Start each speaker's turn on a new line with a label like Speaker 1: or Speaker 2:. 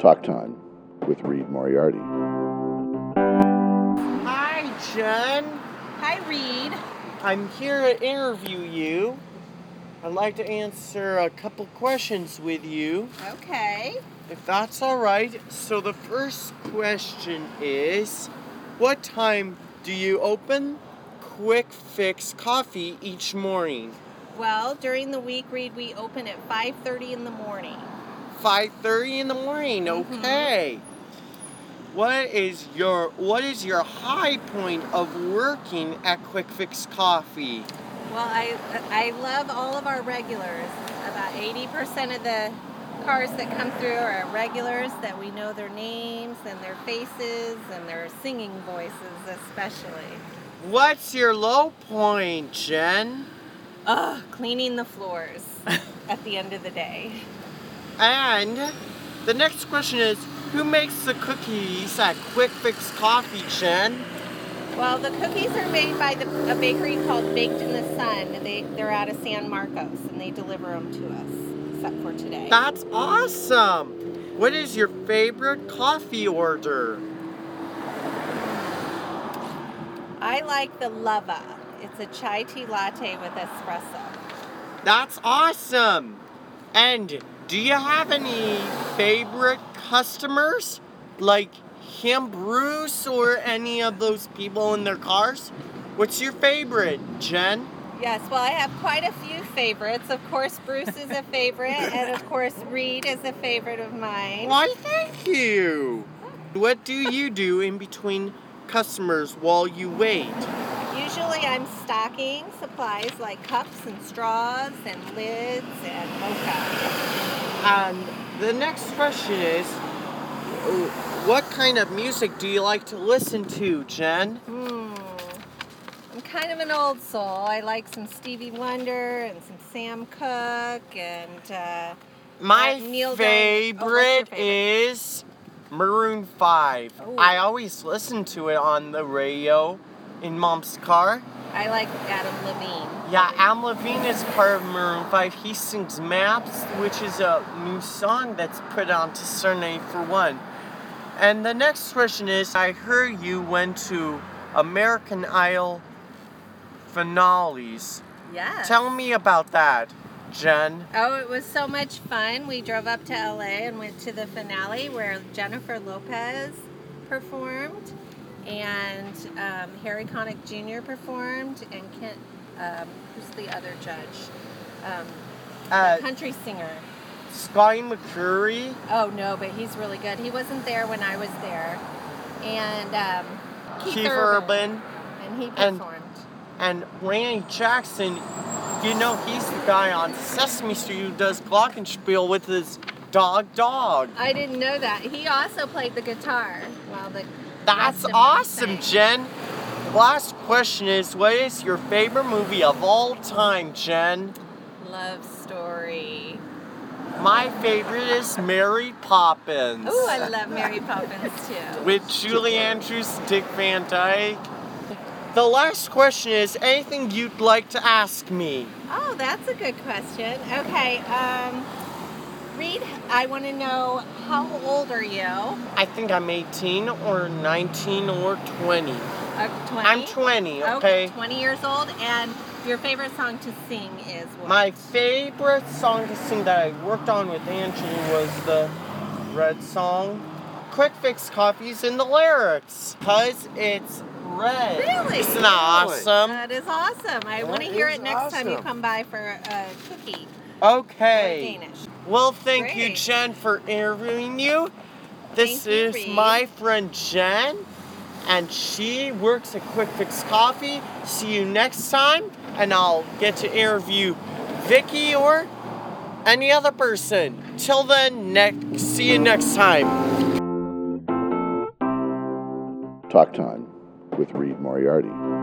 Speaker 1: Talk Time with Reed Moriarty.
Speaker 2: Hi, Jen.
Speaker 3: Hi, Reed.
Speaker 2: I'm here to interview you. I'd like to answer a couple questions with you,
Speaker 3: Okay.
Speaker 2: if that's all right. So, the first question is What time do you open Quick Fix Coffee each morning?
Speaker 3: Well, during the week, Reed, we open at 5:30 in the morning.
Speaker 2: 5:30 in the morning. Okay. What is your what is your high point of working at Quick Fix Coffee?
Speaker 3: Well, I I love all of our regulars. About 80% of the cars that come through are regulars that we know their names and their faces and their singing voices, especially.
Speaker 2: What's your low point, Jen?
Speaker 3: Ugh, cleaning the floors at the end of the day.
Speaker 2: And the next question is who makes the cookies at Quick Fix Coffee, Jen?
Speaker 3: Well, the cookies are made by the, a bakery called Baked in the Sun. They they're out of San Marcos and they deliver them to us, except for today.
Speaker 2: That's awesome! What is your favorite coffee order?
Speaker 3: I like the Lava. It's a chai tea latte with espresso.
Speaker 2: That's awesome! And do you have any favorite customers? Like him, Bruce, or any of those people in their cars? What's your favorite, Jen?
Speaker 3: Yes, well, I have quite a few favorites. Of course, Bruce is a favorite, and of course, Reed is a favorite of mine.
Speaker 2: Why, thank you. What do you do in between customers while you wait?
Speaker 3: Usually, I'm stocking supplies like cups and straws and lids and mocha.
Speaker 2: And the next question is what kind of music do you like to listen to, Jen?
Speaker 3: Hmm. I'm kind of an old soul. I like some Stevie Wonder and some Sam Cooke and. Uh,
Speaker 2: My
Speaker 3: Uh, Neil Diamond.
Speaker 2: favorite,
Speaker 3: Oh, what's your favorite?
Speaker 2: is Maroon 5.
Speaker 3: Oh.
Speaker 2: I always listen to it on the radio in mom's car.
Speaker 3: I like Adam Levine.
Speaker 2: Yeah, Am Levine is part of Maroon 5. He sings Maps, which is a new song that's put on to Sunday for One. And the next question is I heard you went to American Idol finales.
Speaker 3: Yeah.
Speaker 2: Tell me about that, Jen.
Speaker 3: Oh, it was so much fun. We drove up to LA and went to the finale where Jennifer Lopez performed and um, Harry Connick Jr. performed and Kent, um, who's the other judge? Um, the
Speaker 2: Uh,
Speaker 3: country singer.
Speaker 2: Scotty McCurry.
Speaker 3: Oh, no, but he's really good. He wasn't there when I was there. And um, Keith,
Speaker 2: Keith
Speaker 3: Urban.
Speaker 2: Urban
Speaker 3: And he
Speaker 2: and-
Speaker 3: performed.
Speaker 2: and Randy Jackson. You know, he's the guy on Sesame Street who does Glockenspiel with his dog, dog.
Speaker 3: I didn't know that. He also played the guitar while the.
Speaker 2: That's
Speaker 3: rest of them
Speaker 2: awesome,
Speaker 3: sang.
Speaker 2: Jen. Last question is what is your favorite movie of all time, Jen?
Speaker 3: Love story.
Speaker 2: My favorite is Mary Poppins.
Speaker 3: Oh, I love Mary Poppins too.
Speaker 2: with Julie Andrews, Dick Van Dyke. The last question is anything you'd like to ask me?
Speaker 3: Oh, that's a good question. Okay, um, Reed, I want to know how old are you?
Speaker 2: I think I'm 18 or 19 or 20.
Speaker 3: Uh, 20?
Speaker 2: I'm 20, okay?
Speaker 3: 20 years old, and your favorite song to sing is what?
Speaker 2: My favorite song to sing that I worked on with Angela was the Red Song. Quick Fix Coffee's in the lyrics because it's red.
Speaker 3: Really?
Speaker 2: Isn't that awesome?
Speaker 3: That is awesome. I want to
Speaker 2: That
Speaker 3: hear
Speaker 2: is
Speaker 3: it next time you
Speaker 2: awesome.
Speaker 3: come by for a cookie or
Speaker 2: Okay.
Speaker 3: Danish.
Speaker 2: Well, thank you,
Speaker 3: Great.
Speaker 2: Jen, for interviewing you. This
Speaker 3: Thank you,
Speaker 2: is
Speaker 3: Reed.
Speaker 2: my friend Jen, and she works at Quick Fix Coffee. See you next time, and I'll get to interview Vicky or any other person. Till then, next. See you next time.
Speaker 1: Talk Time with Reed Moriarty.